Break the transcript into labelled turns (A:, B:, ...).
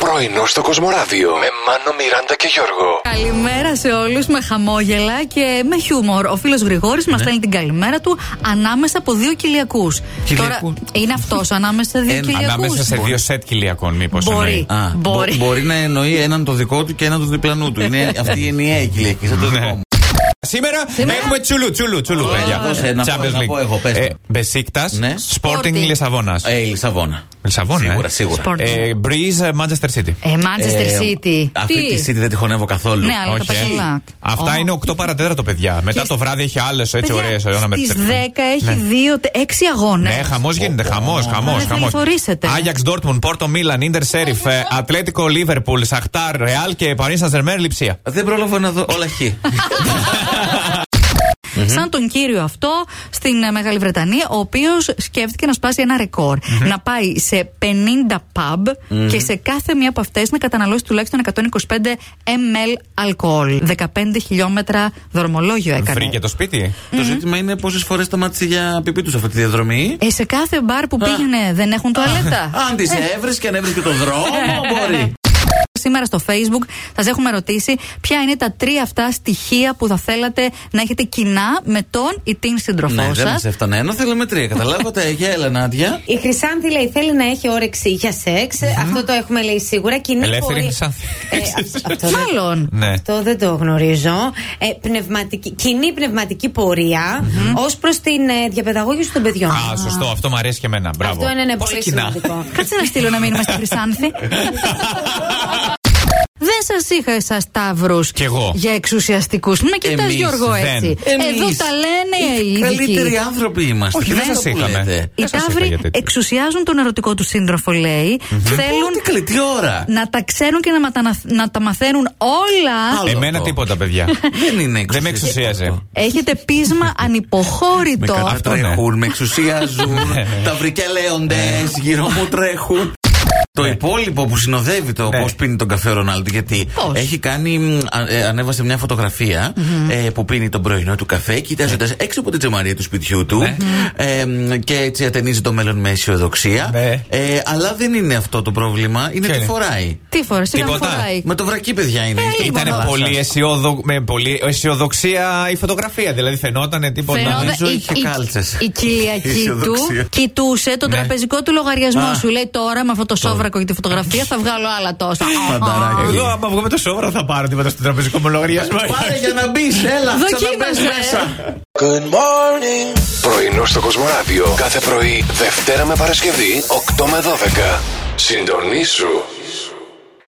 A: Πρωινό στο Κοσμοράδιο με Μάνο, Μιράντα και Γιώργο.
B: Καλημέρα σε όλους με χαμόγελα και με χιούμορ. Ο φίλος Γρηγόρης
C: Ναι.
B: μα στέλνει την καλημέρα του ανάμεσα από δύο κοιλιακού.
C: Κυλιακού. Ε,
B: είναι αυτός ανάμεσα σε δύο
C: Εν-
B: κοιλιακού.
D: Ανάμεσα σε δύο σετ κυλιακών, μήπως.
B: Μπορεί.
C: Α, μπο-
B: Μπορεί.
C: μπορεί να εννοεί έναν το δικό του και έναν το διπλανού του. Είναι αυτή η ενιαία η κυλιακή, σαν το
D: Ναι.
C: δικό μου.
D: Σήμερα, έχουμε τσουλού, τσουλού, τσουλού,
C: εγώ σε- να
D: παιδιά.
C: πω- να πω εγώ, πες το.
D: Μπεσίκτας,
C: Ναι.
D: Sporting
B: Sporting.
D: Λισαβόνας.
C: Ε, η Λισαβόνα.
D: Λισαβόνα,
C: Σίγουρα,
D: ε.
C: σίγουρα.
B: Sport.
D: Ε, Breeze, ε, Manchester City.
B: Ε, Manchester
C: Ε,
B: City.
C: Αυτή τη City δεν τη χωνεύω καθόλου.
B: Ναι, αλλά τα
D: ε.
B: παχυλά.
D: Αυτά είναι 8 παρατέταρτο, παιδιά. Μετά
B: Και-
D: το βράδυ έχει άλλες έτσι ωραίε
B: Στι 10
C: Ναι.
B: έχει δύο, τε- έξι αγώνες.
D: Ναι, χαμός γίνεται. Χαμό, χαμό.
B: Άρα θεληθωρήσετε.
D: Άγιαξ Ντόρτμουντ, Πόρτο Μίλαν, Ιντερ Σέριφ, ε, Ατλέτικο Λίβερπουλ, Σαχτάρ, Ρεάλ και Παρίσι Σανζερμέρ Λιψία.
C: Δεν πρόλαβα να δω όλα χ.
B: Σαν τον κύριο αυτό στην ε, Μεγάλη Βρετανία, ο οποίος σκέφτηκε να σπάσει ένα ρεκόρ. Να πάει σε 50 pub και σε κάθε μία από αυτές να καταναλώσει τουλάχιστον 125 ml αλκοόλ. 15 χιλιόμετρα δρομολόγιο έκανε.
D: Βρήκε το σπίτι.
C: Το ζήτημα είναι πόσες φορές σταμάτησε για πιπί τους αυτή τη διαδρομή.
B: Ε, σε κάθε μπαρ που πήγαινε δεν έχουν τουαλέτα.
C: Αν τις έβρε και αν έβρε και τον δρόμο,
D: Ε.
C: μπορεί.
B: Σήμερα στο Facebook θα σας έχουμε ρωτήσει ποια είναι τα τρία αυτά στοιχεία που θα θέλατε να έχετε κοινά με τον ή την
C: Ναι,
B: σύντροφό
C: δεν
B: σας.
C: μας έφτανε ένα, θέλαμε τρία. Καταλάβατε, για έλα, Νάντια.
E: Η Χρυσάνθη λέει θέλει να έχει όρεξη για σεξ. Αυτό το έχουμε λέει σίγουρα. Κοινή
D: Ελεύθερη
E: πορεία-
D: Χρυσάνθη.
E: Ε, αυ- αυτό δεν-
B: Μάλλον.
D: Ναι.
E: Αυτό δεν το γνωρίζω. Ε, πνευματική, κοινή πνευματική πορεία ως προς την ε, διαπαιδαγώγηση των παιδιών.
D: Α, σωστό, αυτό μου αρέσει και εμένα. Μπράβο.
E: Αυτό είναι, ναι,
D: Πόσα
E: πολύ
D: κοινά.
E: σημαντικό.
B: Κάτσε να στείλω ένα μήνυμα στη Χρυσάνθη. Δεν σας είχα εσάς ταύρου
D: Κι εγώ.
B: για εξουσιαστικούς. Με κοιτάς
C: Εμείς
B: Γιώργο
D: δεν.
B: έτσι. Εδώ
C: Εμείς
B: τα λένε οι
C: Καλύτεροι
B: ειδικοί.
C: άνθρωποι είμαστε.
D: Όχι, δεν
C: Αυτό
D: σας
C: που
D: είχαμε.
C: λέτε.
B: Οι
D: Δεν σας είπα
B: ταύροι
D: για τέτοιο.
B: εξουσιάζουν τον ερωτικό του σύντροφο, λέει.
C: Πότε
B: Θέλουν
C: καλή, τι ώρα.
D: Ναι.
B: να τα ξέρουν και να, ματανα- να τα μαθαίνουν όλα.
C: Άλλο
D: Εμένα
C: αυτό.
D: τίποτα, παιδιά.
C: Δεν είναι εξουσία.
D: Δεν με εξουσίαζε.
B: Έχετε πείσμα
C: Με
B: ανυποχώρητο.
D: ναι.
C: κατατρέχουν, με εξουσιάζουν. τα βρικελέοντε, γύρω μου τρέχουν. Το υπόλοιπο που συνοδεύει το
D: Ναι.
C: πώς πίνει τον καφέ ο Ρονάλντο. Γιατί
B: Πώς?
C: έχει κάνει. μ, α- ε, ανέβασε μια φωτογραφία ε, που πίνει τον πρωινό του καφέ, κοιτάζοντας έξω από την τζεμαρία του σπιτιού του.
D: Ναι.
C: ε, μ, και έτσι ατενίζει το μέλλον με αισιοδοξία.
D: Ναι.
C: Ε, αλλά δεν είναι αυτό το πρόβλημα. Είναι
D: Ποιο
C: τι
D: είναι? Ε,
C: φοράει.
B: Τι φορά, σιγά μην
D: Τίποτα.
B: φοράει.
C: Με το βρακί, παιδιά είναι.
B: Ε, λοιπόν,
D: Ήταν
B: Θάλασσα.
D: πολύ, αισιόδο, με πολύ αισιοδοξία η φωτογραφία. Δηλαδή φαινόταν τίποτα. Ναι.
B: Φαινόταν
C: νομίζω
B: η-
C: είχε
B: η-
C: κάλτσες.
B: Η
C: Η
B: κυλιακή του
C: αισιοδοξία.
B: κοιτούσε τον
D: Ναι.
B: τραπεζικό του λογαριασμό
C: Α.
B: σου. Λέει τώρα με αυτό το σόβρακο και τη φωτογραφία θα βγάλω άλλα τόσα.
C: Πανταράκι.
D: Εγώ, άμα βγω με το σόβρα, θα πάρω τίποτα στο τραπεζικό μου λογαριασμό.
C: Πάρε για να μπεις, έλα, ξαναμπες
B: Δοκίμασε. ε.
C: μέσα.
A: Πρωινό στο Κοσμοράδιο κάθε πρωί, Δευτέρα με Παρασκευή, 8 με 12. Συντονίσου.